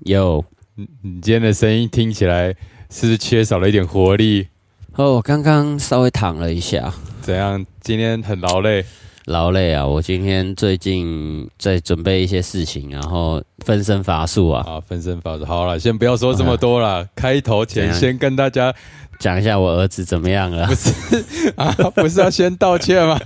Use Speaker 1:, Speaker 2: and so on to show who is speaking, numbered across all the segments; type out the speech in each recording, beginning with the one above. Speaker 1: 有
Speaker 2: 你今天的声音听起来是不是缺少了一点活力？
Speaker 1: 哦，刚刚稍微躺了一下，
Speaker 2: 怎样？今天很劳累，
Speaker 1: 劳累啊！我今天最近在准备一些事情，然后分身乏术啊。
Speaker 2: 啊，分身乏术。好了，先不要说这么多了。开头前
Speaker 1: 怎
Speaker 2: 先跟大家
Speaker 1: 讲一下我儿子怎么样了？
Speaker 2: 啊， 不是要先道歉吗？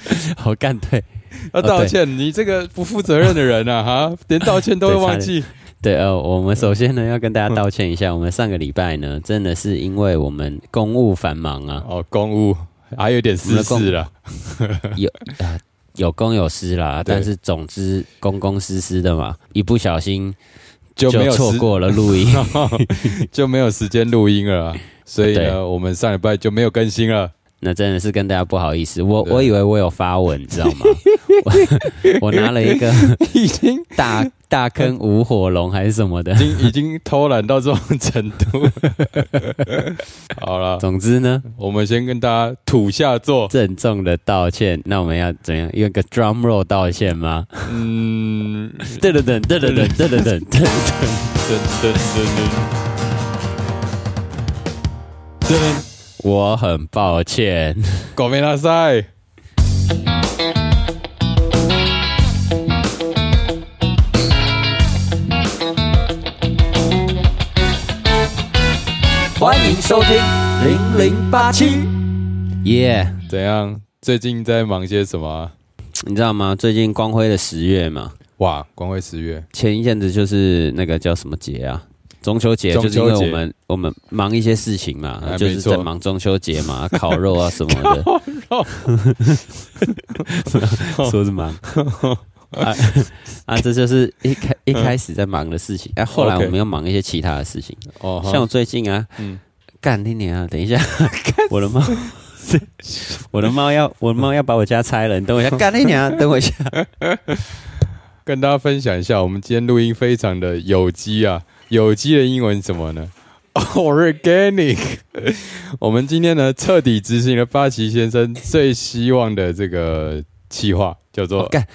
Speaker 1: 我干对
Speaker 2: 要道歉，你这个不负责任的人啊！哈，连道歉都会忘记。
Speaker 1: 对呃，我们首先呢要跟大家道歉一下，我们上个礼拜呢真的是因为我们公务繁忙啊，
Speaker 2: 哦，公务还有点私事了。
Speaker 1: 有啊、有公有私啦，
Speaker 2: 对
Speaker 1: 但是总之公公私私的嘛，一不小心
Speaker 2: 就没有时
Speaker 1: 错过了录音。
Speaker 2: 就没有时间录音了啊，所以
Speaker 1: 对
Speaker 2: 呢，我们上礼拜就没有更新了。
Speaker 1: 那真的是跟大家不好意思，我
Speaker 2: 对
Speaker 1: 我以为我有发 文，你知道吗？我我拿了一个
Speaker 2: 已经
Speaker 1: 大大坑无火龙还是什么的
Speaker 2: 已，经已经偷懒到这种程 度。好了，
Speaker 1: 总之呢，
Speaker 2: 我们先跟大家土下座。
Speaker 1: 郑重的道歉。那我们要怎样用个 drum roll 道歉吗？
Speaker 2: 嗯，
Speaker 1: 噔噔噔噔噔噔噔噔噔噔，
Speaker 2: 噔噔噔噔噔，
Speaker 1: 我很抱歉。
Speaker 2: 狗没拉塞。
Speaker 1: 欢迎收听零零八七，耶！
Speaker 2: 怎样？最近在忙些什么啊？
Speaker 1: 你知道吗？最近光辉的十月嘛，
Speaker 2: 哇，光辉十月，
Speaker 1: 前一阵子就是那个叫什么节啊？中秋节
Speaker 2: 中
Speaker 1: 就
Speaker 2: 秋
Speaker 1: 是
Speaker 2: 节
Speaker 1: 因为我们我们忙一些事情嘛，
Speaker 2: 哎
Speaker 1: 就是在忙中秋节 嘛，烤肉啊什么的。 说是忙啊啊，这就是一开一开始在忙的事情。哎、后来
Speaker 2: OK
Speaker 1: 我们要忙一些其他的事情，
Speaker 2: 哦，哈
Speaker 1: 像我最近啊，
Speaker 2: 嗯
Speaker 1: 干你娘啊！等一下，我的 猫，我的猫要我的猫要把我家拆了，你等我一下，干你娘啊！等我一下。
Speaker 2: 跟大家分享一下，我们今天录音非常的有机啊，有机的英文是什么呢 ？Organic。我们今天呢，彻底执行了八旗先生最希望的这个计划，叫
Speaker 1: 我
Speaker 2: 做
Speaker 1: 哦干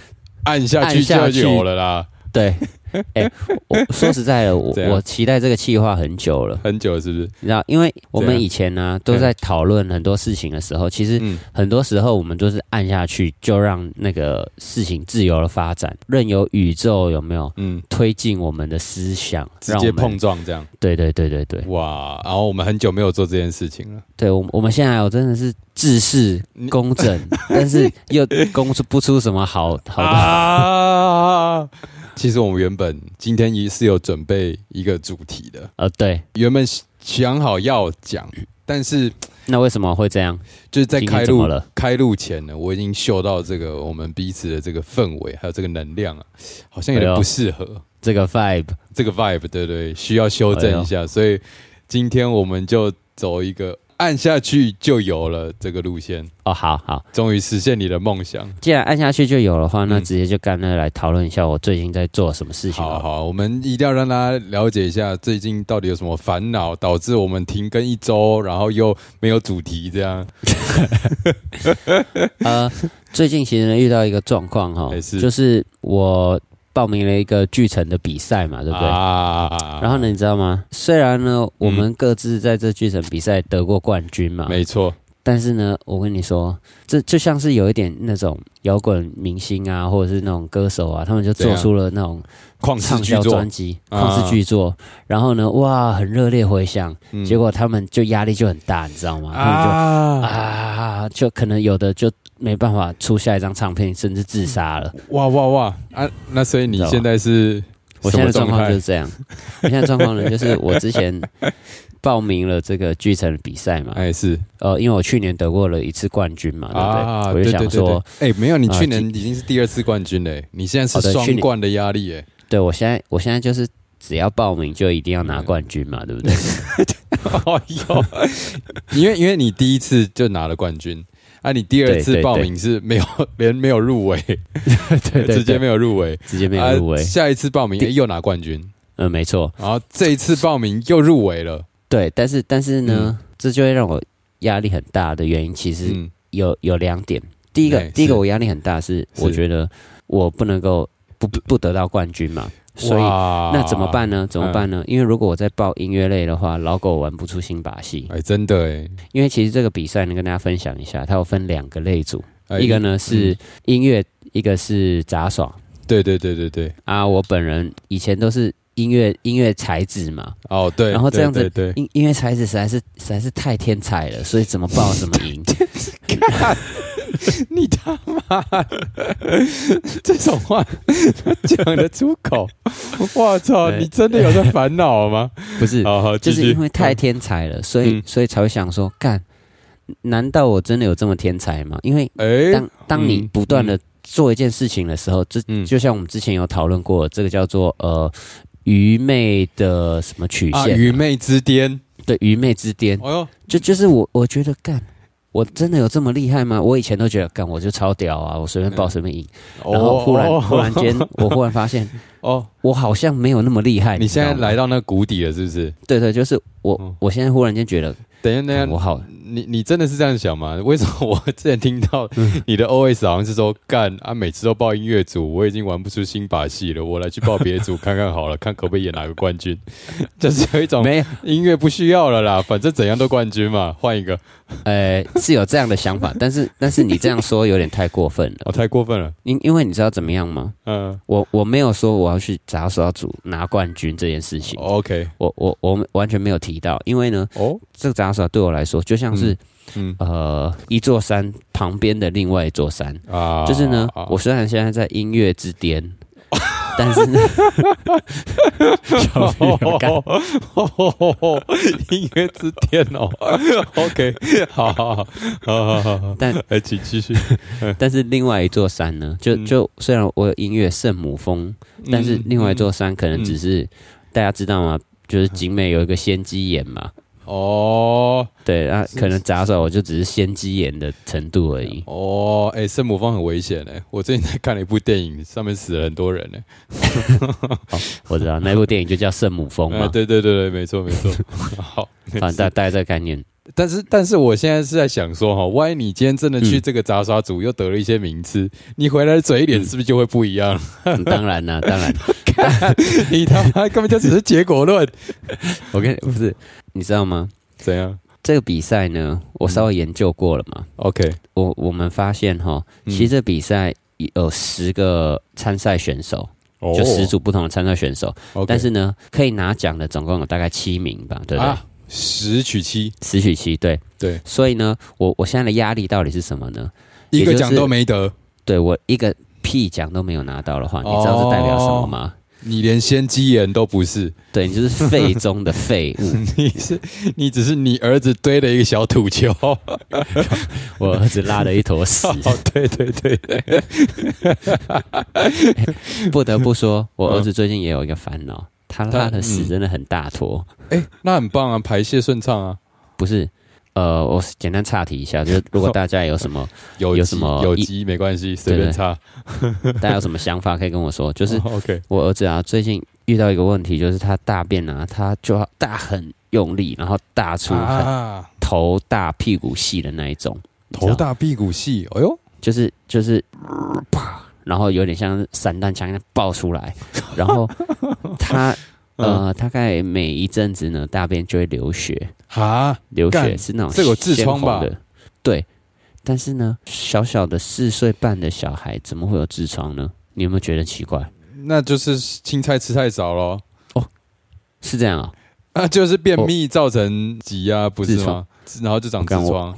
Speaker 2: 按下去
Speaker 1: 按下
Speaker 2: 就
Speaker 1: 去
Speaker 2: 有了啦。
Speaker 1: 对， 哎、我说实在的，我
Speaker 2: 怎样
Speaker 1: 我期待这个计划很久了。
Speaker 2: 很久是不是？
Speaker 1: 你知道，因为我
Speaker 2: 怎
Speaker 1: 们
Speaker 2: 样
Speaker 1: 以前呢、都在讨论很多事情的时候，其实
Speaker 2: 嗯，
Speaker 1: 很多时候我们都是按下去，就让那个事情自由的发展，任由宇宙有没有
Speaker 2: 嗯，
Speaker 1: 推进我们的思想，
Speaker 2: 直
Speaker 1: 让我
Speaker 2: 接
Speaker 1: 们
Speaker 2: 碰。撞这样，
Speaker 1: 对对对对对，
Speaker 2: 哇！然后我们很久没有做这件事情了，
Speaker 1: 对我我们现在我哦真的是自视
Speaker 2: 你
Speaker 1: 工整， 但是又攻出不出什么好好的。
Speaker 2: 啊！其实我们原本今天也是有准备一个主题的，
Speaker 1: 呃，对，
Speaker 2: 原本想好要讲，但是
Speaker 1: 那为什么会这样？
Speaker 2: 就是在
Speaker 1: 今
Speaker 2: 开
Speaker 1: 天怎么
Speaker 2: 录
Speaker 1: 了？
Speaker 2: 开录前呢，我已经嗅到这个我们彼此的这个氛围，还有这个能量啊，好像有
Speaker 1: 哎
Speaker 2: 点
Speaker 1: 呦
Speaker 2: 不适合、
Speaker 1: 这个 vibe
Speaker 2: 这个 vibe，对对，需要修正一
Speaker 1: 哎
Speaker 2: 下。所以今天我们就走一个按下去就有了这个路线，
Speaker 1: 哦，好好，
Speaker 2: 终于实现你的梦想。
Speaker 1: 既然按下去就有的话，那
Speaker 2: 嗯
Speaker 1: 直接就干脆来讨论一下我最近在做什么事情
Speaker 2: 好
Speaker 1: 好了。
Speaker 2: 好，我们一定要让大家了解一下最近到底有什么烦恼，导致我们停更一周，然后又没有主题这样。
Speaker 1: 呃，最近其实呢遇到一个状况 哈
Speaker 2: 哎，是
Speaker 1: 就是我报名了一个巨城的比赛嘛，对不对？
Speaker 2: 啊嗯
Speaker 1: 然后呢，你知道吗？虽然呢，我们各自在这巨城比赛得过冠军嘛，
Speaker 2: 没错，
Speaker 1: 但是呢，我跟你说，这就像是有一点那种摇滚明星啊，或者是那种歌手啊，他们就
Speaker 2: 怎
Speaker 1: 做
Speaker 2: 样
Speaker 1: 出了那种
Speaker 2: 旷世
Speaker 1: 畅
Speaker 2: 巨
Speaker 1: 销
Speaker 2: 作
Speaker 1: 专，辑、
Speaker 2: 啊
Speaker 1: 旷世巨作，然后呢，哇，很热烈回响，
Speaker 2: 嗯
Speaker 1: 结果他们就压力就很大，你知道吗？他们就
Speaker 2: 啊
Speaker 1: 啊，就可能有的就没办法出下一张唱片，甚至自杀了。
Speaker 2: 哇哇哇啊！那所以你
Speaker 1: 知道吗
Speaker 2: 现在是
Speaker 1: 我
Speaker 2: 什
Speaker 1: 现在的
Speaker 2: 么
Speaker 1: 状况
Speaker 2: 态
Speaker 1: 就是这样。我现在的状况呢，就是我之 前报名了这个巨城的比赛嘛，
Speaker 2: 哎是
Speaker 1: 呃，因为我去年得过了一次冠军嘛，对啊不对？我就想说，，
Speaker 2: 啊对对对哎没有，你
Speaker 1: 啊
Speaker 2: 去年已经是第二次冠军嘞，你现在
Speaker 1: 哦
Speaker 2: 是
Speaker 1: 对
Speaker 2: 双
Speaker 1: 去年
Speaker 2: 冠的压力哎，
Speaker 1: 对我现在我现在就是只要报名就一定要拿冠军
Speaker 2: 嗯
Speaker 1: 嘛，对 不对？
Speaker 2: 哦哟， 因为因为你第一次就拿了冠军。啊，你第二
Speaker 1: 对
Speaker 2: 次
Speaker 1: 对
Speaker 2: 报名是没有连没有入围，
Speaker 1: 对对，
Speaker 2: 直接没
Speaker 1: 有
Speaker 2: 有入围，
Speaker 1: 直接没有入围
Speaker 2: 啊。下一次报名哎又拿冠军，
Speaker 1: 嗯，没错，
Speaker 2: 然后这一次报名又入围了。
Speaker 1: 对，但是但是呢，这就会让我压力很大的原因，其实
Speaker 2: 嗯，
Speaker 1: 有有两点。第一个
Speaker 2: 哎，
Speaker 1: 第一个
Speaker 2: 是
Speaker 1: 我压力很大是，
Speaker 2: 是
Speaker 1: 我觉得我不能够不不得到冠军嘛。所以
Speaker 2: 哇嗯
Speaker 1: 那怎么办？呢？怎么办呢？因为如果我再报音乐类的话，老狗玩不出新把戏。
Speaker 2: 哎，真的哎
Speaker 1: 因为其实这个比赛呢，跟大家分享一下，它有分两个类组，
Speaker 2: 哎，
Speaker 1: 一个呢是音乐，一个是杂耍
Speaker 2: 对对对对对，
Speaker 1: 啊。我本人以前都是音乐音乐才子嘛，
Speaker 2: 哦对，
Speaker 1: 然后这样子
Speaker 2: 对对，对
Speaker 1: 音音乐才子实在是实在是太天才了，所以怎么报怎么 赢。
Speaker 2: 你他妈的这种话讲得出口，我操！
Speaker 1: 对
Speaker 2: 你真的有在烦恼吗？
Speaker 1: 不是，
Speaker 2: 好好，
Speaker 1: 就
Speaker 2: 继
Speaker 1: 是
Speaker 2: 续
Speaker 1: 因为太天才了，所以
Speaker 2: 嗯
Speaker 1: 所以才会想说，干，难道我真的有这么天才吗？因为
Speaker 2: 哎
Speaker 1: 当当你
Speaker 2: 嗯
Speaker 1: 不断的做一件事情的时候，这
Speaker 2: 嗯
Speaker 1: 就像我们之前有讨论过，这个叫做呃愚昧的什么曲
Speaker 2: 啊，
Speaker 1: 线，
Speaker 2: 愚昧之巅，
Speaker 1: 对愚昧之巅，
Speaker 2: 哎呦，
Speaker 1: 就就是我我觉得干。我真的有这么厉害吗？我以前都觉得，干我就超屌啊，我随便报随便赢。然后忽然
Speaker 2: 嗯哦
Speaker 1: 忽然间，我忽然发现，
Speaker 2: 哦，
Speaker 1: 我好像没有那么厉害。
Speaker 2: 你现在
Speaker 1: 知道吗
Speaker 2: 来到那谷底了，是不是？
Speaker 1: 对对，就是我
Speaker 2: 嗯，
Speaker 1: 我现在忽然间觉得，
Speaker 2: 等一下，等一
Speaker 1: 干
Speaker 2: 下，
Speaker 1: 我好，
Speaker 2: 你你真的是这样想吗？为什么我之前听到
Speaker 1: 嗯
Speaker 2: 你的 OS 好像是说干啊，每次都报音乐组，我已经玩不出新把戏了，我来去报别的组看看好了，看可不可以演哪个冠军， 就是有一种
Speaker 1: 没有，
Speaker 2: 音乐不需要了啦，反正怎样都冠军嘛，换一个，
Speaker 1: 呃，是有这样的想法，但是但是你这样说有点太过分了，
Speaker 2: 哦，太过分了，
Speaker 1: 因因为你知道怎么样吗？
Speaker 2: 嗯
Speaker 1: 我我没有说我要去杂耍组拿冠军这件事情，
Speaker 2: 哦，OK，
Speaker 1: 我我我完全没有提到，因为呢，
Speaker 2: 哦，
Speaker 1: 这个杂耍对我来说就像是、
Speaker 2: 嗯
Speaker 1: 呃一座山旁边的另外一座山，
Speaker 2: 啊
Speaker 1: 就是呢，
Speaker 2: 啊
Speaker 1: 我虽然现在在音乐之巅，
Speaker 2: 哦
Speaker 1: 但是呢，小屁友干
Speaker 2: 哦，音乐之巅哦，OK，好好好好好好，
Speaker 1: 但
Speaker 2: 哎，请继续，
Speaker 1: 但是另外一座山呢，就
Speaker 2: 嗯
Speaker 1: 就虽然我有音乐圣母峰，但是另外一
Speaker 2: 嗯
Speaker 1: 座山可能只是、大家知道吗？就是景美有一个仙鸡眼嘛，
Speaker 2: 哦
Speaker 1: 对，那
Speaker 2: 是
Speaker 1: 可能杂耍我就只是仙鸡眼的程度而 已。
Speaker 2: 哦，哎，圣母峰很危险哎，我最近在看了一部电影，上面死了很多人哎，
Speaker 1: 我知道那部电影就叫《圣母峰》
Speaker 2: 哎
Speaker 1: 嘛，
Speaker 2: 对对对对，没错没错，好，
Speaker 1: 反正大概这个概 念。
Speaker 2: 但是，但是我现在是在想说哈，万一你今天真的去
Speaker 1: 嗯
Speaker 2: 这个杂耍组又得了一些名次，你回来的嘴脸是不是就会不一样？
Speaker 1: 嗯当然啦、当然，
Speaker 2: 你他妈根本就只是结果论，
Speaker 1: 我跟不是，你知道吗？
Speaker 2: 怎样
Speaker 1: 这个比赛呢，我稍微研究过了嘛，
Speaker 2: ？OK，
Speaker 1: 我我们发现哈，
Speaker 2: 嗯
Speaker 1: 其实这比赛有十个参赛选手，
Speaker 2: 哦
Speaker 1: 就十组不同的参赛选手，
Speaker 2: o k
Speaker 1: 但是呢，可以拿奖的总共有大概七名吧，对不对？
Speaker 2: 啊，十取七，
Speaker 1: 十取七，对。
Speaker 2: 对，
Speaker 1: 所以呢，我我现在的压力到底是什么呢？也
Speaker 2: 一
Speaker 1: 就是
Speaker 2: 个奖都没得，
Speaker 1: 对我一个屁奖都没有拿到的话，你知道这代表什么吗？
Speaker 2: 你连先机眼都不是，
Speaker 1: 对你就是废中的废物。
Speaker 2: 你是你只是你儿子堆了一个小土球，哦，
Speaker 1: 我儿子拉了一坨屎，
Speaker 2: 对对对对，
Speaker 1: 不得不说，我儿子最近也有一个烦恼，他拉的屎真的很大坨。
Speaker 2: 哎、那很棒啊，排泄顺畅啊，
Speaker 1: 不是，呃，我简单岔题一下，就是如果大家有什 么，
Speaker 2: 有
Speaker 1: 有
Speaker 2: 机
Speaker 1: 什么
Speaker 2: 有
Speaker 1: 一
Speaker 2: 机没关系，随便
Speaker 1: 对
Speaker 2: 擦，
Speaker 1: 大家有什么想法可以跟我说，就是
Speaker 2: 哦 OK，
Speaker 1: 我儿子啊，最近遇到一个问题，就是他大便啊，他就要大很用力，然后大出很
Speaker 2: 啊，
Speaker 1: 头大屁股细的那一种，你知道
Speaker 2: 头大屁股细，哎呦，
Speaker 1: 就是就是啪，然后有点像散弹枪一样爆出来，然 后他
Speaker 2: 嗯
Speaker 1: 呃大概每一阵子呢，大便就会流血，
Speaker 2: 哈。
Speaker 1: 流血
Speaker 2: 干
Speaker 1: 是那种
Speaker 2: 这个有痔疮
Speaker 1: 鲜
Speaker 2: 吧
Speaker 1: 红的，对。但是呢，小小的四岁半的小孩怎么会有痔疮呢？你有没有觉得奇怪？
Speaker 2: 那就是青菜吃太少咯，
Speaker 1: 是这样啊、
Speaker 2: 那 就是便秘造成挤压，不是
Speaker 1: 痔
Speaker 2: 吗
Speaker 1: 疮？
Speaker 2: 然后就长痔
Speaker 1: 我啊
Speaker 2: 疮。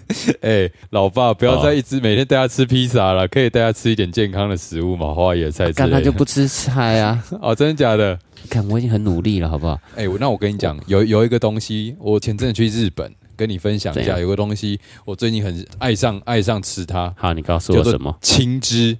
Speaker 2: 哎、老爸，不要再一直每天带他吃披萨了，可以带他吃一点健康的食物嘛，花野哎菜之
Speaker 1: 啊干
Speaker 2: 类
Speaker 1: 他 就
Speaker 2: 的。
Speaker 1: 不吃菜 啊！
Speaker 2: 哦，真的假的？
Speaker 1: 看，我已经很努力了，好不好？
Speaker 2: 哎、我那我跟你讲，有有一个东西，我前阵子去日本，跟你分享一
Speaker 1: 怎
Speaker 2: 下，
Speaker 1: 样
Speaker 2: 有个东西我最近很爱上爱上吃它，
Speaker 1: 好，你告诉
Speaker 2: 叫
Speaker 1: 我
Speaker 2: 做
Speaker 1: 什么？
Speaker 2: 青汁。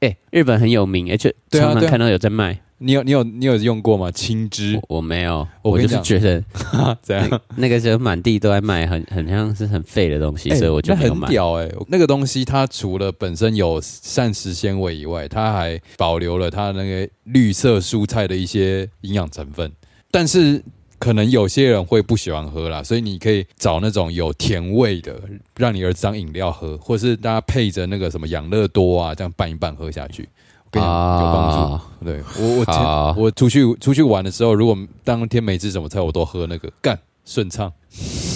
Speaker 1: 哎、日本很有名，哎而且
Speaker 2: 对啊
Speaker 1: 常常
Speaker 2: 对啊
Speaker 1: 看到有在卖。
Speaker 2: 你有你有你有用过吗？青汁
Speaker 1: 我我没有，
Speaker 2: 我
Speaker 1: 我
Speaker 2: 跟
Speaker 1: 就
Speaker 2: 你
Speaker 1: 是
Speaker 2: 讲
Speaker 1: 觉得
Speaker 2: 啊，怎样？
Speaker 1: 那个时候满地都在卖，很很像是很废的东西，
Speaker 2: 欸
Speaker 1: 所以我就
Speaker 2: 那
Speaker 1: 没有
Speaker 2: 很
Speaker 1: 买。
Speaker 2: 屌哎、那个东西它除了本身有膳食纤维以外，它还保留了它那个绿色蔬菜的一些营养成分。但是可能有些人会不喜欢喝啦，所以你可以找那种有甜味的，让你儿子当饮料喝，或是大家配着那个什么养乐多啊，这样拌一拌喝下去。跟你讲有帮助。
Speaker 1: 啊
Speaker 2: 对我我
Speaker 1: 好啊
Speaker 2: 前我出去出去玩的时候，如果当天没吃什么菜，我都喝那个干顺畅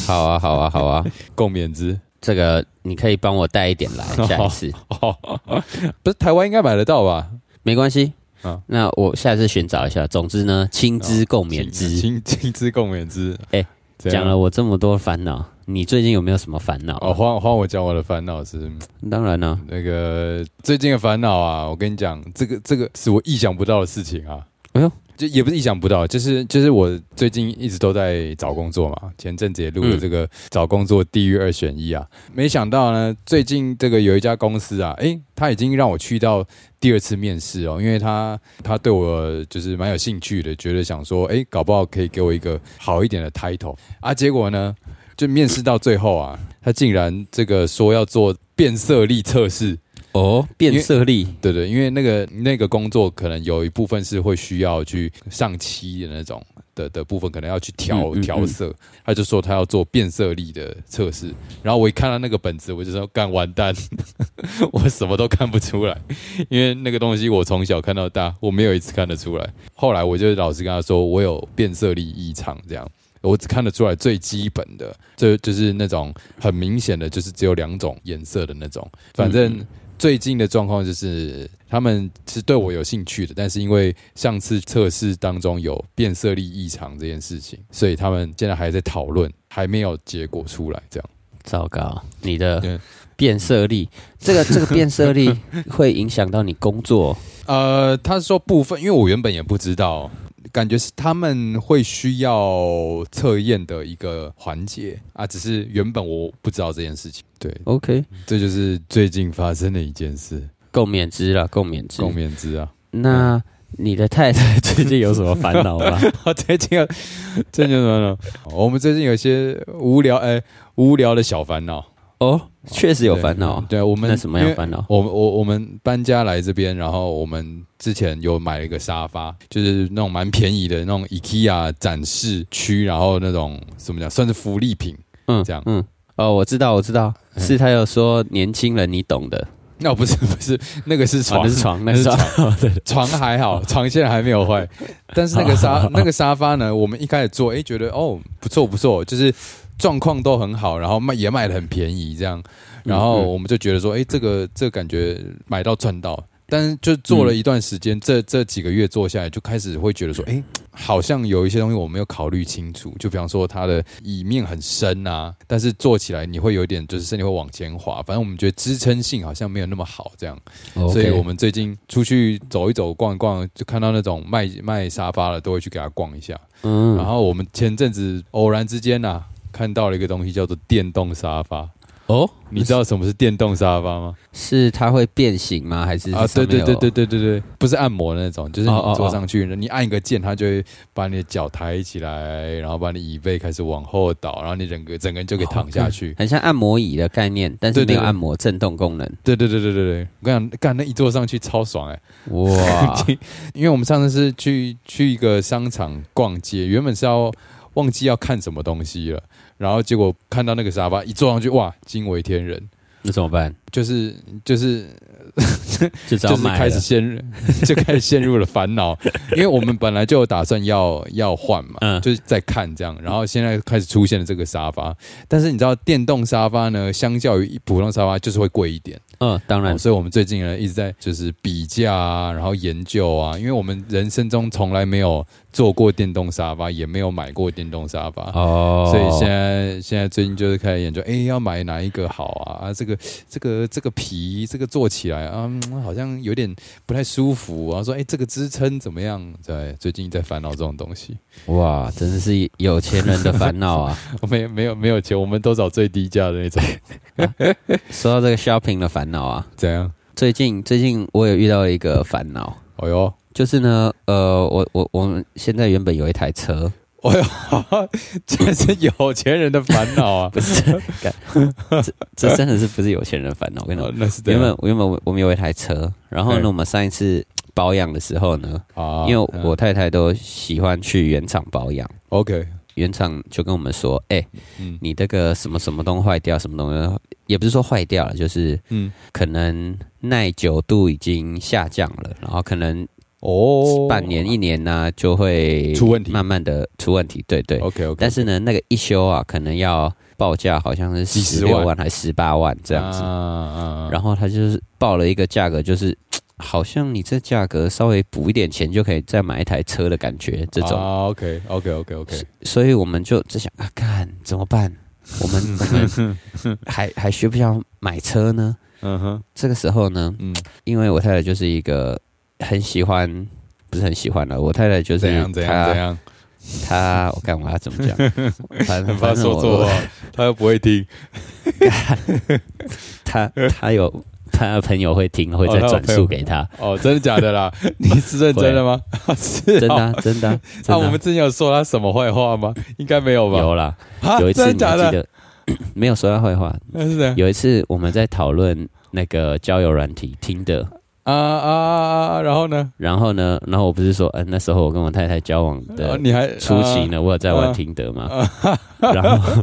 Speaker 1: 好啊，好啊，好啊，
Speaker 2: 共勉之。
Speaker 1: 这个你可以帮我带一点 来，下一次
Speaker 2: 哦， 不是台湾应该买得到吧？
Speaker 1: 没关系。
Speaker 2: 啊
Speaker 1: 那我下次寻找一下。总之呢，青之共勉之。
Speaker 2: 青青之啊共勉之。
Speaker 1: 哎
Speaker 2: 怎样
Speaker 1: 讲了我这么多烦恼，你最近有没有什么烦恼？
Speaker 2: 哦，换换我讲我的烦恼是嗯
Speaker 1: 当然啊啦、
Speaker 2: 那个最近的烦恼啊，我跟你讲，这个这个是我意想不到的事情啊。
Speaker 1: 哎呦，
Speaker 2: 就也不是意想不到，就是就是我最近一直都在找工作嘛，前阵子也录了
Speaker 1: 嗯
Speaker 2: 这个找工作地狱二选一啊，没想到呢，最近这个有一家公司啊，诶，他已经让我去到第二次面试哦，因为他他对我就是蛮有兴趣的，觉得想说，诶，搞不好可以给我一个好一点的 title 啊，结果呢，就面试到最后啊，他竟然这个说要做变色力测试。
Speaker 1: 哦，变色力
Speaker 2: 对对，因为那个那个工作可能有一部分是会需要去上漆的那种的的部分，可能要去调、
Speaker 1: 嗯嗯
Speaker 2: 调色。他就说他要做变色力的测试，然后我一看到那个本子，我就说干完蛋， 我什么都看不出来，因为那个东西我从小看到大，我没有一次看得出来。后来我就老实跟他说，我有变色力异常这样。我只看得出来最基本的，这就是那种很明显的，就是只有两种颜色的那种。反正最近的状况就是，他们是对我有兴趣的，但是因为上次测试当中有变色力异常这件事情，所以他们现在还在讨论，还没有结果出来。这样
Speaker 1: 糟糕，你的
Speaker 2: 对
Speaker 1: 变色力，这个这个变色力会影响到你工作。
Speaker 2: 呃，他说部分，因为我原本也不知道，感觉是他们会需要测验的一个环节啊，只是原本我不知道这件事情。对，
Speaker 1: OK，
Speaker 2: 这就是最近发生的一件事，
Speaker 1: 共勉之啦，共勉之。
Speaker 2: 共勉之啊。
Speaker 1: 那你的太 太最近有什么烦恼吗？
Speaker 2: 我最 近有，最近有什么呢？我们最近有一些无聊，哎、无聊的小烦恼。
Speaker 1: 哦，确实有烦恼。
Speaker 2: 对，我们
Speaker 1: 那什么样的烦恼？
Speaker 2: 我们我我们搬家来这边，然后我们之前有买了一个沙发，就是那种蛮便宜的那种 IKEA 展示区，然后那种怎么讲，算是福利品。
Speaker 1: 嗯，
Speaker 2: 这样
Speaker 1: 嗯，哦，我知道，我知道，
Speaker 2: 嗯
Speaker 1: 是他有说年轻人你懂的，
Speaker 2: 那、不是不是，那个是
Speaker 1: 哦那
Speaker 2: 床，
Speaker 1: 是床，那
Speaker 2: 那
Speaker 1: 是
Speaker 2: 是
Speaker 1: 床，对，
Speaker 2: 床 还好，床现在还没有坏，但是那个沙那个沙发呢，我们一开始做，诶，觉得哦不错不错，就是状况都很好，然后卖也卖的很便宜这样，然后我们就觉得说，诶，这个这个感觉买到赚到，但是就做了一段时间，这这几个月做下来，就开始会觉得说，诶，好像有一些东西我没有考虑清楚，就比方说它的椅面很深啊，但是做起来你会有一点就是身体会往前滑，反正我们觉得支撑性好像没有那么好这样。
Speaker 1: 哦
Speaker 2: 所以我们最近出去走一走、逛一逛，就看到那种卖卖沙发的，都会去给他逛一下。
Speaker 1: 嗯，
Speaker 2: 然后我们前阵子偶然之间呐、啊，看到了一个东西叫做电动沙发。
Speaker 1: 哦，
Speaker 2: 你知道什么是电动沙发吗？
Speaker 1: 是它会变形吗？还是
Speaker 2: 啊，对
Speaker 1: 上面
Speaker 2: 对
Speaker 1: 有
Speaker 2: 对对对对对，不是按摩的那种，就是你
Speaker 1: 哦哦哦
Speaker 2: 坐上去，你按一个键，它就会把你的脚抬起来，然后把你椅背开始往后倒，然后你整个整个人就可以躺
Speaker 1: 哦
Speaker 2: 下去。
Speaker 1: 很像按摩椅的概念，但是
Speaker 2: 对
Speaker 1: 没
Speaker 2: 对
Speaker 1: 有
Speaker 2: 对
Speaker 1: 按摩震动功能。
Speaker 2: 对对对对对对，我跟你讲，干那一坐上去超爽哎、
Speaker 1: 哇，
Speaker 2: 因为我们上次是去去一个商场逛街，原本是要忘记要看什么东西了，然后结果看到那个沙发一坐上去，哇，惊为天人，
Speaker 1: 那怎么办？
Speaker 2: 就是就是
Speaker 1: 就只
Speaker 2: 就
Speaker 1: 好
Speaker 2: 是
Speaker 1: 买
Speaker 2: 开始
Speaker 1: 了。
Speaker 2: 陷入 就开始陷入了烦恼，因为我们本来就有打算要要换嘛，
Speaker 1: 嗯
Speaker 2: 就是在看这样，然后现在开始出现了这个沙发，但是你知道电动沙发呢，相较于普通沙发就是会贵一点。
Speaker 1: 嗯，当然
Speaker 2: 哦，所以我们最近呢一直在就是比价啊，然后研究啊，因为我们人生中从来没有坐过电动沙发，也没有买过电动沙发。
Speaker 1: 哦，
Speaker 2: 所以现在现在最近就是开始研究，哎，要买哪一个好啊？啊，这个这个这个皮，这个坐起来啊、嗯好像有点不太舒服。然后说，哎，这个支撑怎么样？对，最近在烦恼这种东西。
Speaker 1: 哇，真的是有钱人的烦恼啊！
Speaker 2: 我没没有没有钱，我们都找最低价的那种。
Speaker 1: 说到这个 shopping 的烦恼啊，
Speaker 2: 怎样？
Speaker 1: 最近最近我也遇到一个烦恼，
Speaker 2: 哎呦，
Speaker 1: 就是呢，呃，我我我们现在原本有一台车，
Speaker 2: 哎呦， 这是有钱人的烦恼啊！
Speaker 1: 不是，干这这真的是不是有钱人烦恼？我跟你
Speaker 2: 哦
Speaker 1: 讲，
Speaker 2: 那是怎
Speaker 1: 原
Speaker 2: 样
Speaker 1: 本原本我我们有一台车，然后
Speaker 2: 嘿
Speaker 1: 呢，我们上一次保养的时候呢，
Speaker 2: 啊
Speaker 1: 因为我太太都喜欢去原厂保养，
Speaker 2: OK，
Speaker 1: 原厂就跟我们说，哎、
Speaker 2: 嗯
Speaker 1: 你这个什么什么东西坏掉，什么东西也不是说坏掉了，就是
Speaker 2: 嗯，
Speaker 1: 可能耐久度已经下降了，然后可能
Speaker 2: 哦，
Speaker 1: 半年一年呢、就会
Speaker 2: 出问题哦
Speaker 1: 慢慢的出问题。对对，
Speaker 2: ，OK OK，
Speaker 1: 但是呢，那个一修啊，可能要报价好像是
Speaker 2: 几十
Speaker 1: 十
Speaker 2: 万
Speaker 1: 六万还是十八万这样子。
Speaker 2: 啊
Speaker 1: 然后他就是报了一个价格，就是嘖好像你这价格稍微补一点钱就可以再买一台车的感觉，这种。
Speaker 2: ，OK OK OK 啊 OK，
Speaker 1: 所以我们就在想啊，干怎么办？我们 我们还还需不需要买车呢？
Speaker 2: 嗯哼，
Speaker 1: 这个时候呢，
Speaker 2: 嗯，
Speaker 1: 因为我太太就是一个很喜欢，不是很喜欢了。我太太就是
Speaker 2: 怎样怎样
Speaker 1: 她
Speaker 2: 怎样，
Speaker 1: 她，我看我要怎 么讲？反正
Speaker 2: 很怕
Speaker 1: 反正
Speaker 2: 说错
Speaker 1: 我
Speaker 2: 话， 他又不会听，
Speaker 1: 她她有她的朋友会听，会
Speaker 2: 哦
Speaker 1: 再
Speaker 2: 她有
Speaker 1: 转
Speaker 2: 朋友
Speaker 1: 述给她。
Speaker 2: 哦，真的假 的啦？你是认真的吗？ 是
Speaker 1: 真的啊
Speaker 2: 哦。
Speaker 1: 真的啊真的
Speaker 2: 那
Speaker 1: 啊。
Speaker 2: 我们之前有说他什么坏话吗？应该没有吧？
Speaker 1: 有啦，
Speaker 2: 啊
Speaker 1: 有一次
Speaker 2: 真
Speaker 1: 你
Speaker 2: 的
Speaker 1: 还
Speaker 2: 假
Speaker 1: 记
Speaker 2: 的？嗯
Speaker 1: 得 没有说他坏话？
Speaker 2: 那是谁？
Speaker 1: 有一次我们在讨论那个交友软体听的，
Speaker 2: 啊啊啊！啊然后呢？
Speaker 1: 然后呢，然后我不是说，嗯、那时候我跟我太太交往
Speaker 2: 啊
Speaker 1: 的
Speaker 2: 你还
Speaker 1: 初期？呢，我有在玩
Speaker 2: 啊
Speaker 1: 听的嘛，
Speaker 2: 啊啊
Speaker 1: 然后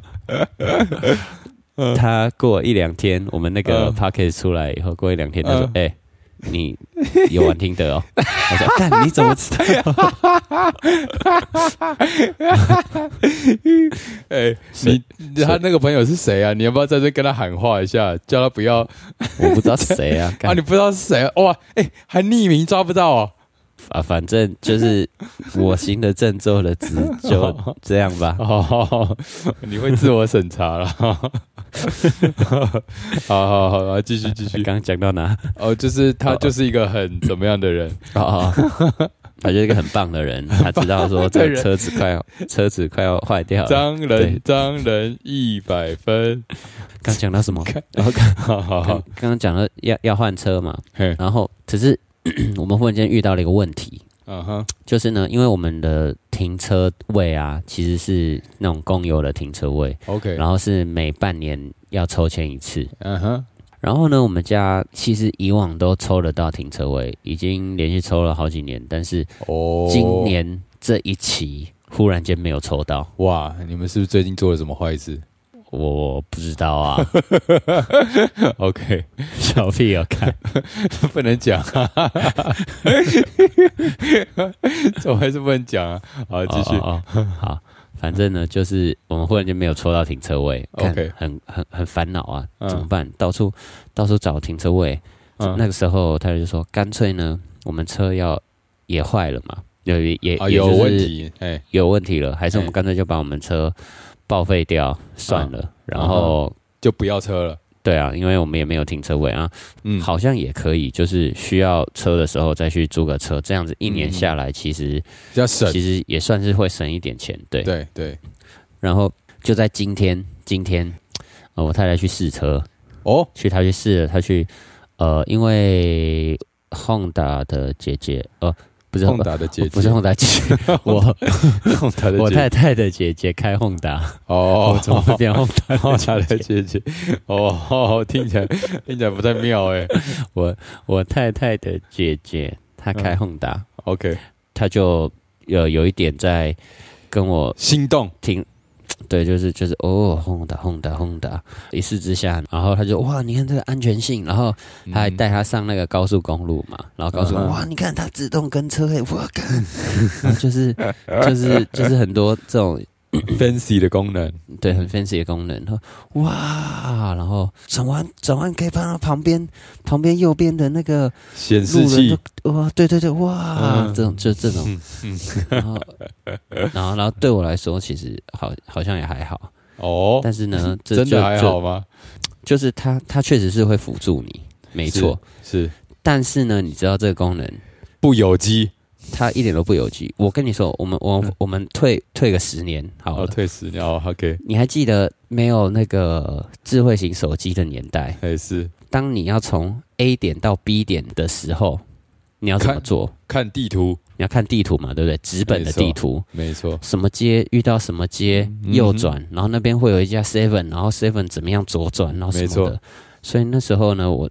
Speaker 2: 呃
Speaker 1: 他过一两天，我们那个
Speaker 2: 嗯
Speaker 1: p o c k e t 出来以后，过一两天他说
Speaker 2: 嗯，
Speaker 1: 哎、你有玩听的哦？ 我说，干，你怎么知道？
Speaker 2: 哎，
Speaker 1: 谁
Speaker 2: 你他那个朋友是谁啊？你要不要在这跟他喊话一下，叫他不要
Speaker 1: 我不知道谁 啊，
Speaker 2: 啊？
Speaker 1: 干
Speaker 2: 你不知道是谁啊？哇，哎，还匿名抓不到哦。
Speaker 1: 啊，反正就是我行的正，坐的直，就这样吧。
Speaker 2: 哦，你会自我审查了。 好好好，来继续继续。
Speaker 1: 刚刚讲到哪？
Speaker 2: 哦，就是他就是一个很怎么样的人？
Speaker 1: 哦， 他就是一个很棒的 人，他知道说这个车子快要车子快要坏掉了。
Speaker 2: 张人张人一百分。
Speaker 1: 刚讲到什么？然后
Speaker 2: 好好
Speaker 1: 刚
Speaker 2: 好，
Speaker 1: 刚刚讲到要要换车嘛，
Speaker 2: 嘿，
Speaker 1: 然后只是 我们忽然间遇到了一个问题，
Speaker 2: 啊哈，
Speaker 1: 就是呢，因为我们的停车位啊，其实是那种公有的停车位，
Speaker 2: OK，
Speaker 1: 然后是每半年要抽签一次。
Speaker 2: 嗯哼，
Speaker 1: 然后呢，我们家其实以往都抽得到停车位，已经连续抽了好几年，但是
Speaker 2: 哦，
Speaker 1: 今年这一期忽然间没有抽到，
Speaker 2: 哦哇，你们是不是最近做了什么坏事
Speaker 1: 我不知道啊，
Speaker 2: ？OK，
Speaker 1: 小屁有看，
Speaker 2: 不能讲，啊 我还是不能讲啊。好， 继续。
Speaker 1: 哦哦哦好，反正呢，就是我们忽然间没有抽到停车位
Speaker 2: OK
Speaker 1: 看很很很烦恼啊，
Speaker 2: 嗯
Speaker 1: 怎么办？到处到处找停车位，
Speaker 2: 嗯
Speaker 1: 那个时候他就说，干脆呢，我们车要也坏了嘛，有也也、
Speaker 2: 啊，
Speaker 1: 也
Speaker 2: 有
Speaker 1: 就是
Speaker 2: 问题，哎，
Speaker 1: 有问题了，还是我
Speaker 2: 哎嗯
Speaker 1: 们干脆就把我们车报废掉算了，然后。
Speaker 2: 就不要车了。
Speaker 1: 对啊，因为我们也没有停车位啊，
Speaker 2: 嗯，
Speaker 1: 好像也可以，就是需要车的时候再去租个车，这样子一
Speaker 2: 嗯
Speaker 1: 年下来，其实、
Speaker 2: 比较省。
Speaker 1: 其实也算是会省一点钱，对。
Speaker 2: 对对，
Speaker 1: 然后就在今天，今天、呃我太太去试车，
Speaker 2: 哦，
Speaker 1: 去她去试了，她去呃，因为 Honda 的姐姐，呃，不是
Speaker 2: 宏达的姐姐，
Speaker 1: 不是 Honda 姐 姐， 我
Speaker 2: 宏达的
Speaker 1: 我
Speaker 2: 姐
Speaker 1: 太
Speaker 2: 姐，
Speaker 1: 太的姐姐开 Honda，
Speaker 2: 哦
Speaker 1: 我，怎么会 变 Honda？
Speaker 2: 宏达的 姐姐，哦哦，听起来听起来不太妙哎。
Speaker 1: 我我太太的姐姐她开 Honda，、
Speaker 2: OK，
Speaker 1: 她就有有一点在跟我
Speaker 2: 心动，
Speaker 1: 听，对，就是就是哦，轰打轰打轰打，一试之下，然后他就哇，你看这个安全性，然后他还
Speaker 2: 嗯
Speaker 1: 带他上那个高速公路嘛，然后高速公路、
Speaker 2: 嗯哼
Speaker 1: 哇，你看它自动跟车哎，我干， 然后就是就是就是很多这种
Speaker 2: fancy 的功能。
Speaker 1: 对很 fancy 的功能，然后哇，然后转弯转弯可以看到旁边旁边右边的那个
Speaker 2: 显
Speaker 1: 路
Speaker 2: 示
Speaker 1: 人
Speaker 2: 器
Speaker 1: 都，哇，对对对，哇，
Speaker 2: 嗯
Speaker 1: 这种就这种，然后然后然后对我来说其实好好像也还好。
Speaker 2: 哦，
Speaker 1: 但是呢，这
Speaker 2: 真
Speaker 1: 就
Speaker 2: 的还好，吗？
Speaker 1: 就就是它它确实是会辅助你，没错。
Speaker 2: 是
Speaker 1: 但是呢，你知道这个功能，
Speaker 2: 不有机
Speaker 1: 它一点都不有机。我跟你说，我们我我们退退个十年好
Speaker 2: 嗯哦，
Speaker 1: 了。
Speaker 2: 退十秒，OK，
Speaker 1: 你还记得没有那个智慧型手机的年代？
Speaker 2: 哎是
Speaker 1: 当你要从 A 点到 B 点的时候，你要怎么
Speaker 2: 看
Speaker 1: 做？
Speaker 2: 看地图，
Speaker 1: 你要看地图嘛，对不对？纸本的
Speaker 2: 没错
Speaker 1: 地图，
Speaker 2: 没错，
Speaker 1: 什么街遇到什么街
Speaker 2: 嗯
Speaker 1: 右转，然后那边会有一家 Seven，然后 Seven 怎么样左转，然后什么
Speaker 2: 没错
Speaker 1: 的。所以那时候呢， 我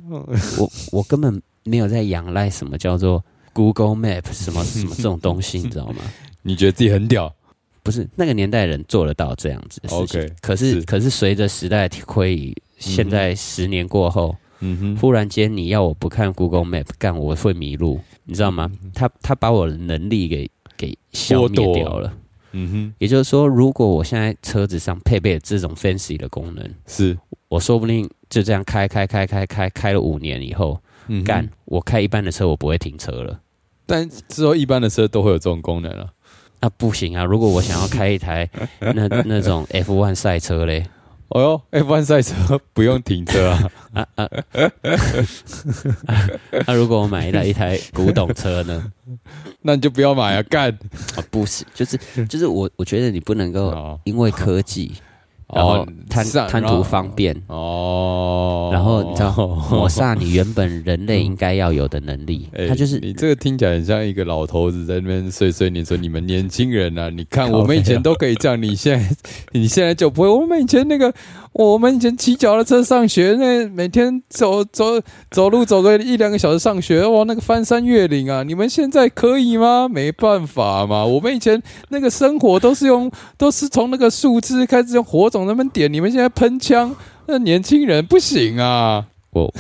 Speaker 1: 我我根本没有在仰赖什 么叫做 Google Map 什么什么这种东西，你知道吗？
Speaker 2: 你觉得自己很屌，
Speaker 1: 不是那个年代人做得到这样子的事情。
Speaker 2: OK，
Speaker 1: 可是
Speaker 2: 是
Speaker 1: 可是随着时代推移，现在十年过后，
Speaker 2: 嗯哼，
Speaker 1: 忽然间你要我不看 Google Map 干，我会迷路，你知道吗？他他把我的能力给给消灭
Speaker 2: 嗯剥夺
Speaker 1: 掉了。
Speaker 2: 嗯哼，
Speaker 1: 也就是说，如果我现在车子上配备了这种 fancy 的功能，
Speaker 2: 是
Speaker 1: 我说不定就这样开开开开开开了五年以后，
Speaker 2: 嗯哼
Speaker 1: 干、我开一般的车我不会停车了。
Speaker 2: 但之后一般的车都会有这种功能啊。
Speaker 1: 那不行啊！如果我想要开一台那 那种 F1 赛车嘞，
Speaker 2: 哦哟，F1 赛车 不用停车啊，
Speaker 1: 啊啊那、啊如果我买一台一台古董车呢？
Speaker 2: 那你就不要买啊，干。
Speaker 1: 啊，不是，就是就是我我觉得你不能够
Speaker 2: 哦，
Speaker 1: 因为科 技，然后贪
Speaker 2: 是啊
Speaker 1: 贪图方便，
Speaker 2: 哦，嗯哎
Speaker 1: 然后你知道抹
Speaker 2: 道
Speaker 1: 煞你原本人类应该要有的能力。他就是
Speaker 2: 你这个听起来很像一个老头子在那边碎碎念说：“你们年轻人啊，你看
Speaker 1: 靠背啊
Speaker 2: 我们以前都可以这样，你现在你现在就不会。我们以前那个，我们以前骑脚踏车上学，那每天走走走路走个一两个小时上学，哇，那个翻山越岭啊！你们现在可以吗？没办法嘛，我们以前那个生活都是用都是从那个树枝开始用火种那边点，你们现在喷枪，那年轻人不行啊。”
Speaker 1: 我，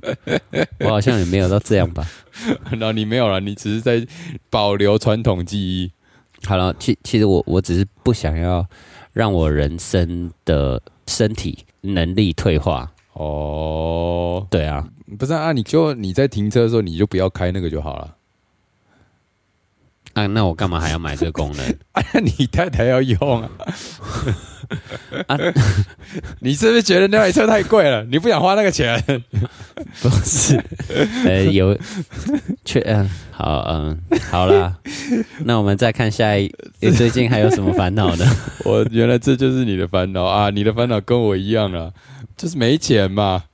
Speaker 1: 我好像也没有到这样吧。
Speaker 2: 然后你没有了，你只是在保留传统记忆。
Speaker 1: 好了，其其实我我只是不想要让我人生的身体能力退化。
Speaker 2: 哦，
Speaker 1: 对啊，
Speaker 2: 不是啊，啊你就你在停车的时候，你就不要开那个就好了。
Speaker 1: 啊，那我干嘛还要买这个功 能？
Speaker 2: 啊，你太太要用啊？ 你是不是觉得那台车太贵了？你不想花那个钱？
Speaker 1: 不是，呃，有，确，嗯、好，嗯、好啦，那我们再看下一，你最近还有什么烦恼 呢？
Speaker 2: 我原来这就是你的烦恼啊！你的烦恼跟我一样啊，就是没钱嘛。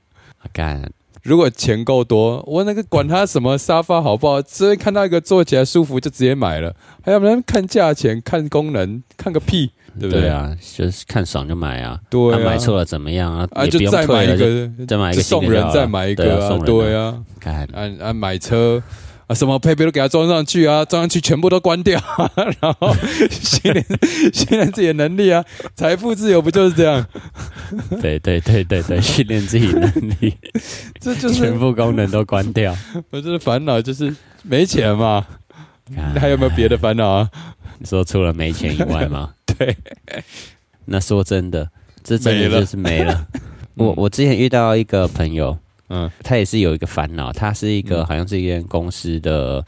Speaker 1: 干，
Speaker 2: 如果钱够多，我那个管他什么沙发好不好，只会看到一个坐起来舒服就直接买了，还有人看价钱、看功能、看个屁，对不对？
Speaker 1: 对啊，就是看爽就买啊，
Speaker 2: 对啊
Speaker 1: 啊买错了怎么样啊？
Speaker 2: 啊，
Speaker 1: 也不
Speaker 2: 就
Speaker 1: 用
Speaker 2: 再买
Speaker 1: 退了，
Speaker 2: 一个，
Speaker 1: 就再买一
Speaker 2: 就
Speaker 1: 个
Speaker 2: 送
Speaker 1: 新的就
Speaker 2: 人
Speaker 1: 好
Speaker 2: 再
Speaker 1: 了
Speaker 2: 买一
Speaker 1: 对
Speaker 2: 个
Speaker 1: 啊，送人
Speaker 2: 对
Speaker 1: 啊，
Speaker 2: 啊，
Speaker 1: 干，
Speaker 2: 按按买车啊，什么配备都给它装上去啊，装上去全部都关掉，啊 然后训练训练自己的能力啊，财富自由不就是这样？
Speaker 1: 对对对对对，训练自己能力，
Speaker 2: 这就是
Speaker 1: 全部功能都关 掉。
Speaker 2: 我就是烦恼，就是没钱嘛。
Speaker 1: 干
Speaker 2: 还有没有别的烦恼啊？
Speaker 1: 你说除了没钱以外吗？
Speaker 2: 对，
Speaker 1: 那说真的，这真
Speaker 2: 没
Speaker 1: 的
Speaker 2: 了
Speaker 1: 就是没了。 我我之前遇到一个朋友，
Speaker 2: 嗯
Speaker 1: 他也是有一个烦恼，他是一个、
Speaker 2: 嗯
Speaker 1: 好像是一间公司的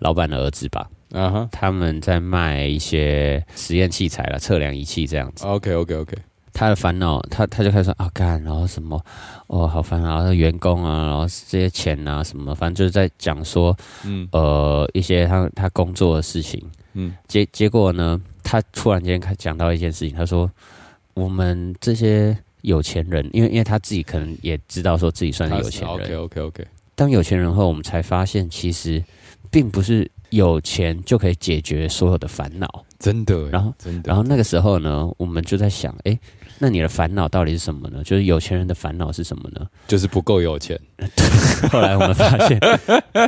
Speaker 1: 老板的儿子吧，
Speaker 2: 啊哈
Speaker 1: 他们在卖一些实验器材了、测量仪器这样子。
Speaker 2: ，OK OK OK，
Speaker 1: 他的烦恼，他他就开始说啊干，然后什么哦好烦恼，然后员工啊，然后这些钱啊什么，反正就是在讲说
Speaker 2: 嗯
Speaker 1: 呃一些他他工作的事情。
Speaker 2: 嗯，
Speaker 1: 结结果呢，他突然间开讲到一件事情，他说我们这些有钱人，因为因为他自己可能也知道说自己算是有钱人
Speaker 2: OK，OK OK，
Speaker 1: 当有钱人后，我们才发现其实并不是有钱就可以解决所有的烦恼。
Speaker 2: 真的欸，
Speaker 1: 然后
Speaker 2: 真的，
Speaker 1: 然后那个时候呢，我们就在想，诶，那你的烦恼到底是什么呢？就是有钱人的烦恼是什么呢？
Speaker 2: 就是不够有钱，
Speaker 1: 后来我们发现，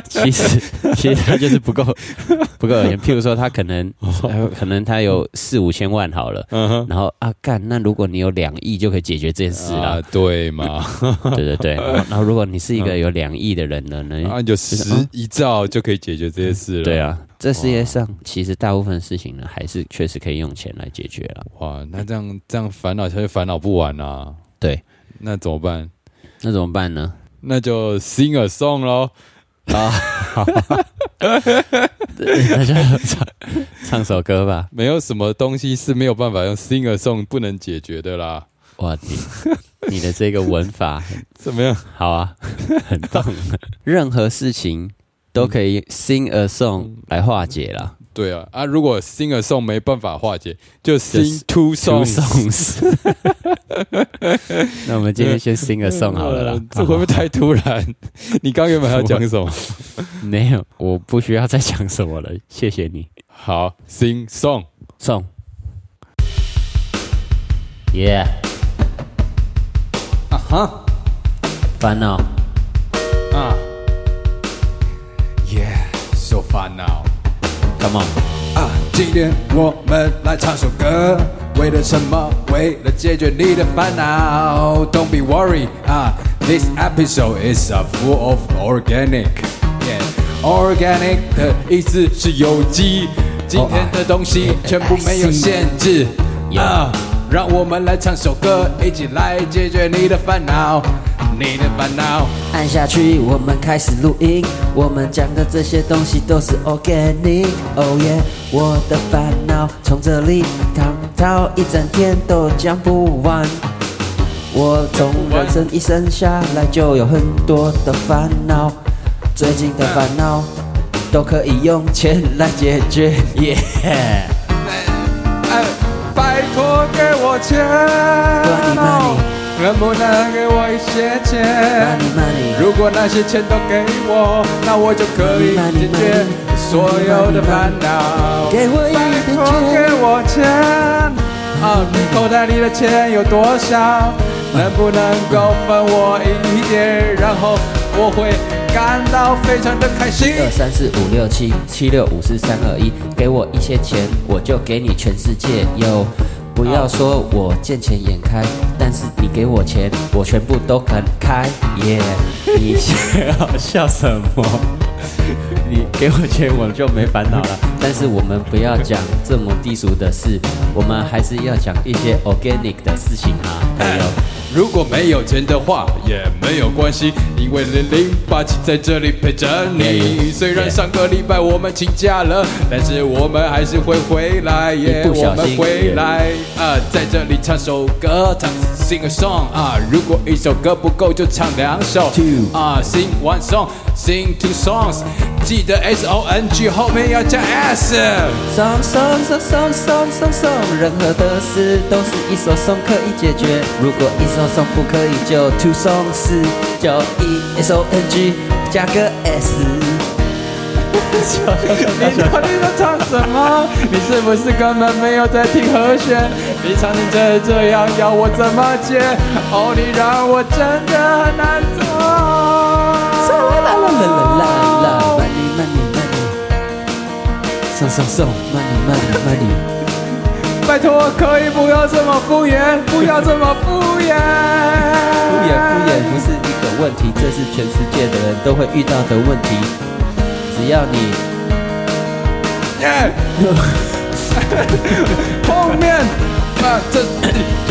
Speaker 1: 其实其实他就是不够 不够有钱。譬如说，他可能可能他有四五千万好了。
Speaker 2: 嗯哼，
Speaker 1: 然后啊干，那如果你有两亿就可以解决这件事
Speaker 2: 啊
Speaker 1: 啦，，
Speaker 2: 对嘛，
Speaker 1: 对对对。然后然后如果你是一个有两亿的人呢，那
Speaker 2: 啊，有十
Speaker 1: 嗯
Speaker 2: 一兆就可以解决这些事了，
Speaker 1: 对啊，这世界上其实大部分事情呢，还是确实可以用钱来解决了。
Speaker 2: 哇，那这样这样烦恼下去烦恼不完啊。
Speaker 1: 对，
Speaker 2: 那怎么办？
Speaker 1: 那怎么办呢？
Speaker 2: 那就 sing a song 咯。
Speaker 1: 啊，那就唱唱首歌吧。
Speaker 2: 没有什么东西是没有办法用 sing a song 不能解决的啦。
Speaker 1: 哇，你你的这个文法
Speaker 2: 怎么样？
Speaker 1: 好 啊，很棒。嗯任何事情都可以 sing a song 来化解啦。
Speaker 2: 对啊，啊，如果 sing a song 没办法化解，就 sing two
Speaker 1: Two
Speaker 2: songs。
Speaker 1: songs。那我们今天先 sing a song 好了
Speaker 2: 呃
Speaker 1: 啦。
Speaker 2: 这会不会太突然？ 你刚原本要讲什么？
Speaker 1: 没有，我不需要再讲什么了。谢谢你。
Speaker 2: 好，sing song。
Speaker 1: 送。耶！
Speaker 2: 啊哈
Speaker 1: 烦恼
Speaker 2: 啊，yeah，so 烦恼。
Speaker 1: ，Come on！
Speaker 2: 啊，
Speaker 3: 今天我们来唱首歌，为了什么？为了解决你的烦恼。Don't be worried 啊、this episode is a full of organic。Yeah, organic 的意思是有机，今天的东西全部没有限制。
Speaker 1: Oh,
Speaker 3: 啊、让我们来唱首歌，一起来解决你的烦恼，你的烦恼。
Speaker 4: 按下去，我们开始录音。我们讲的这些东西都是 organic。哦耶，我的烦恼从这里躺到一整天都讲不完。我从人生一生下来就有很多的烦恼，最近的烦恼都可以用钱来解决。耶、
Speaker 3: 哎，拜托给我钱
Speaker 4: Money, money
Speaker 3: 能不能给我一些钱
Speaker 4: Money, money
Speaker 3: 如果那些钱都给我，那我就可以解
Speaker 4: Money, money,
Speaker 3: 决
Speaker 4: money
Speaker 3: 所有的烦恼。
Speaker 4: 给我一点
Speaker 3: 拜托
Speaker 4: 钱
Speaker 3: 给我钱啊！你口袋里的钱有多少？能不能够分我一点？然后我会感到非常的开心。
Speaker 4: 二三四五六七七六五四三二一，给我一些钱，我就给你全世界有。不要说我见钱眼开，但是你给我钱，我全部都肯开耶。你笑笑什么？你给我钱，我就没烦恼了。但是我们不要讲这么低俗的事，我们还是要讲一些 organic 的事情啊。还有，
Speaker 3: 如果没有钱的话也没有关系，因为零零八七在这里陪着你。
Speaker 4: Yeah,
Speaker 3: 虽然
Speaker 4: yeah.
Speaker 3: 上个礼拜我们请假了，但是我们还是会回来耶，
Speaker 4: 一不
Speaker 3: 我
Speaker 4: 小心
Speaker 3: 们回来啊，在这里唱首歌，唱 sing a song 啊。如果一首歌不够，就唱两首
Speaker 4: Two
Speaker 3: 啊，sing one song，sing two songs。记得 S O N G 后面要加 S。
Speaker 4: 送送送送送送送，任何的事都是一首送可以解决。如果一首送不可以，就 two song 四就一 E s o n g 加个 s。
Speaker 3: 你到底在唱什么？你是不是根本没有在听和弦？你唱成这这样，要我怎么接？哦，你让我真的很难
Speaker 4: 啦啦啦啦啦啦啦
Speaker 3: 做。
Speaker 4: ，money money money，送送送，money money money，
Speaker 3: 拜托，可以不要这么敷衍，不要这么敷衍。
Speaker 4: 敷
Speaker 3: 敷
Speaker 4: 衍敷衍不是一个问题，这是全世界的人都会遇到的问题。只要你
Speaker 3: 耶 后面啊，这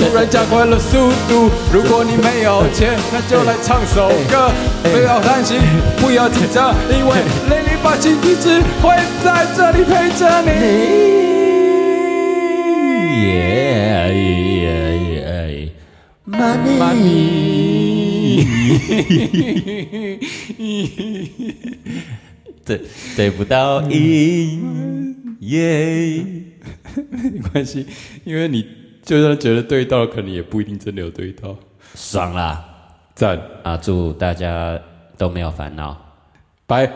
Speaker 3: 突然加快了速度。如果你没有钱，那就来唱首歌。不要担心，不要紧张，因为零零八七一直会在这里陪着你。
Speaker 1: 耶耶耶！
Speaker 4: 得得不到赢，耶、
Speaker 3: 没关系，因为你就算觉得对到，可能也不一定真的有对到。
Speaker 1: 爽啦！
Speaker 3: 赞，
Speaker 1: 啊，祝大家都没有烦恼。
Speaker 3: 拜。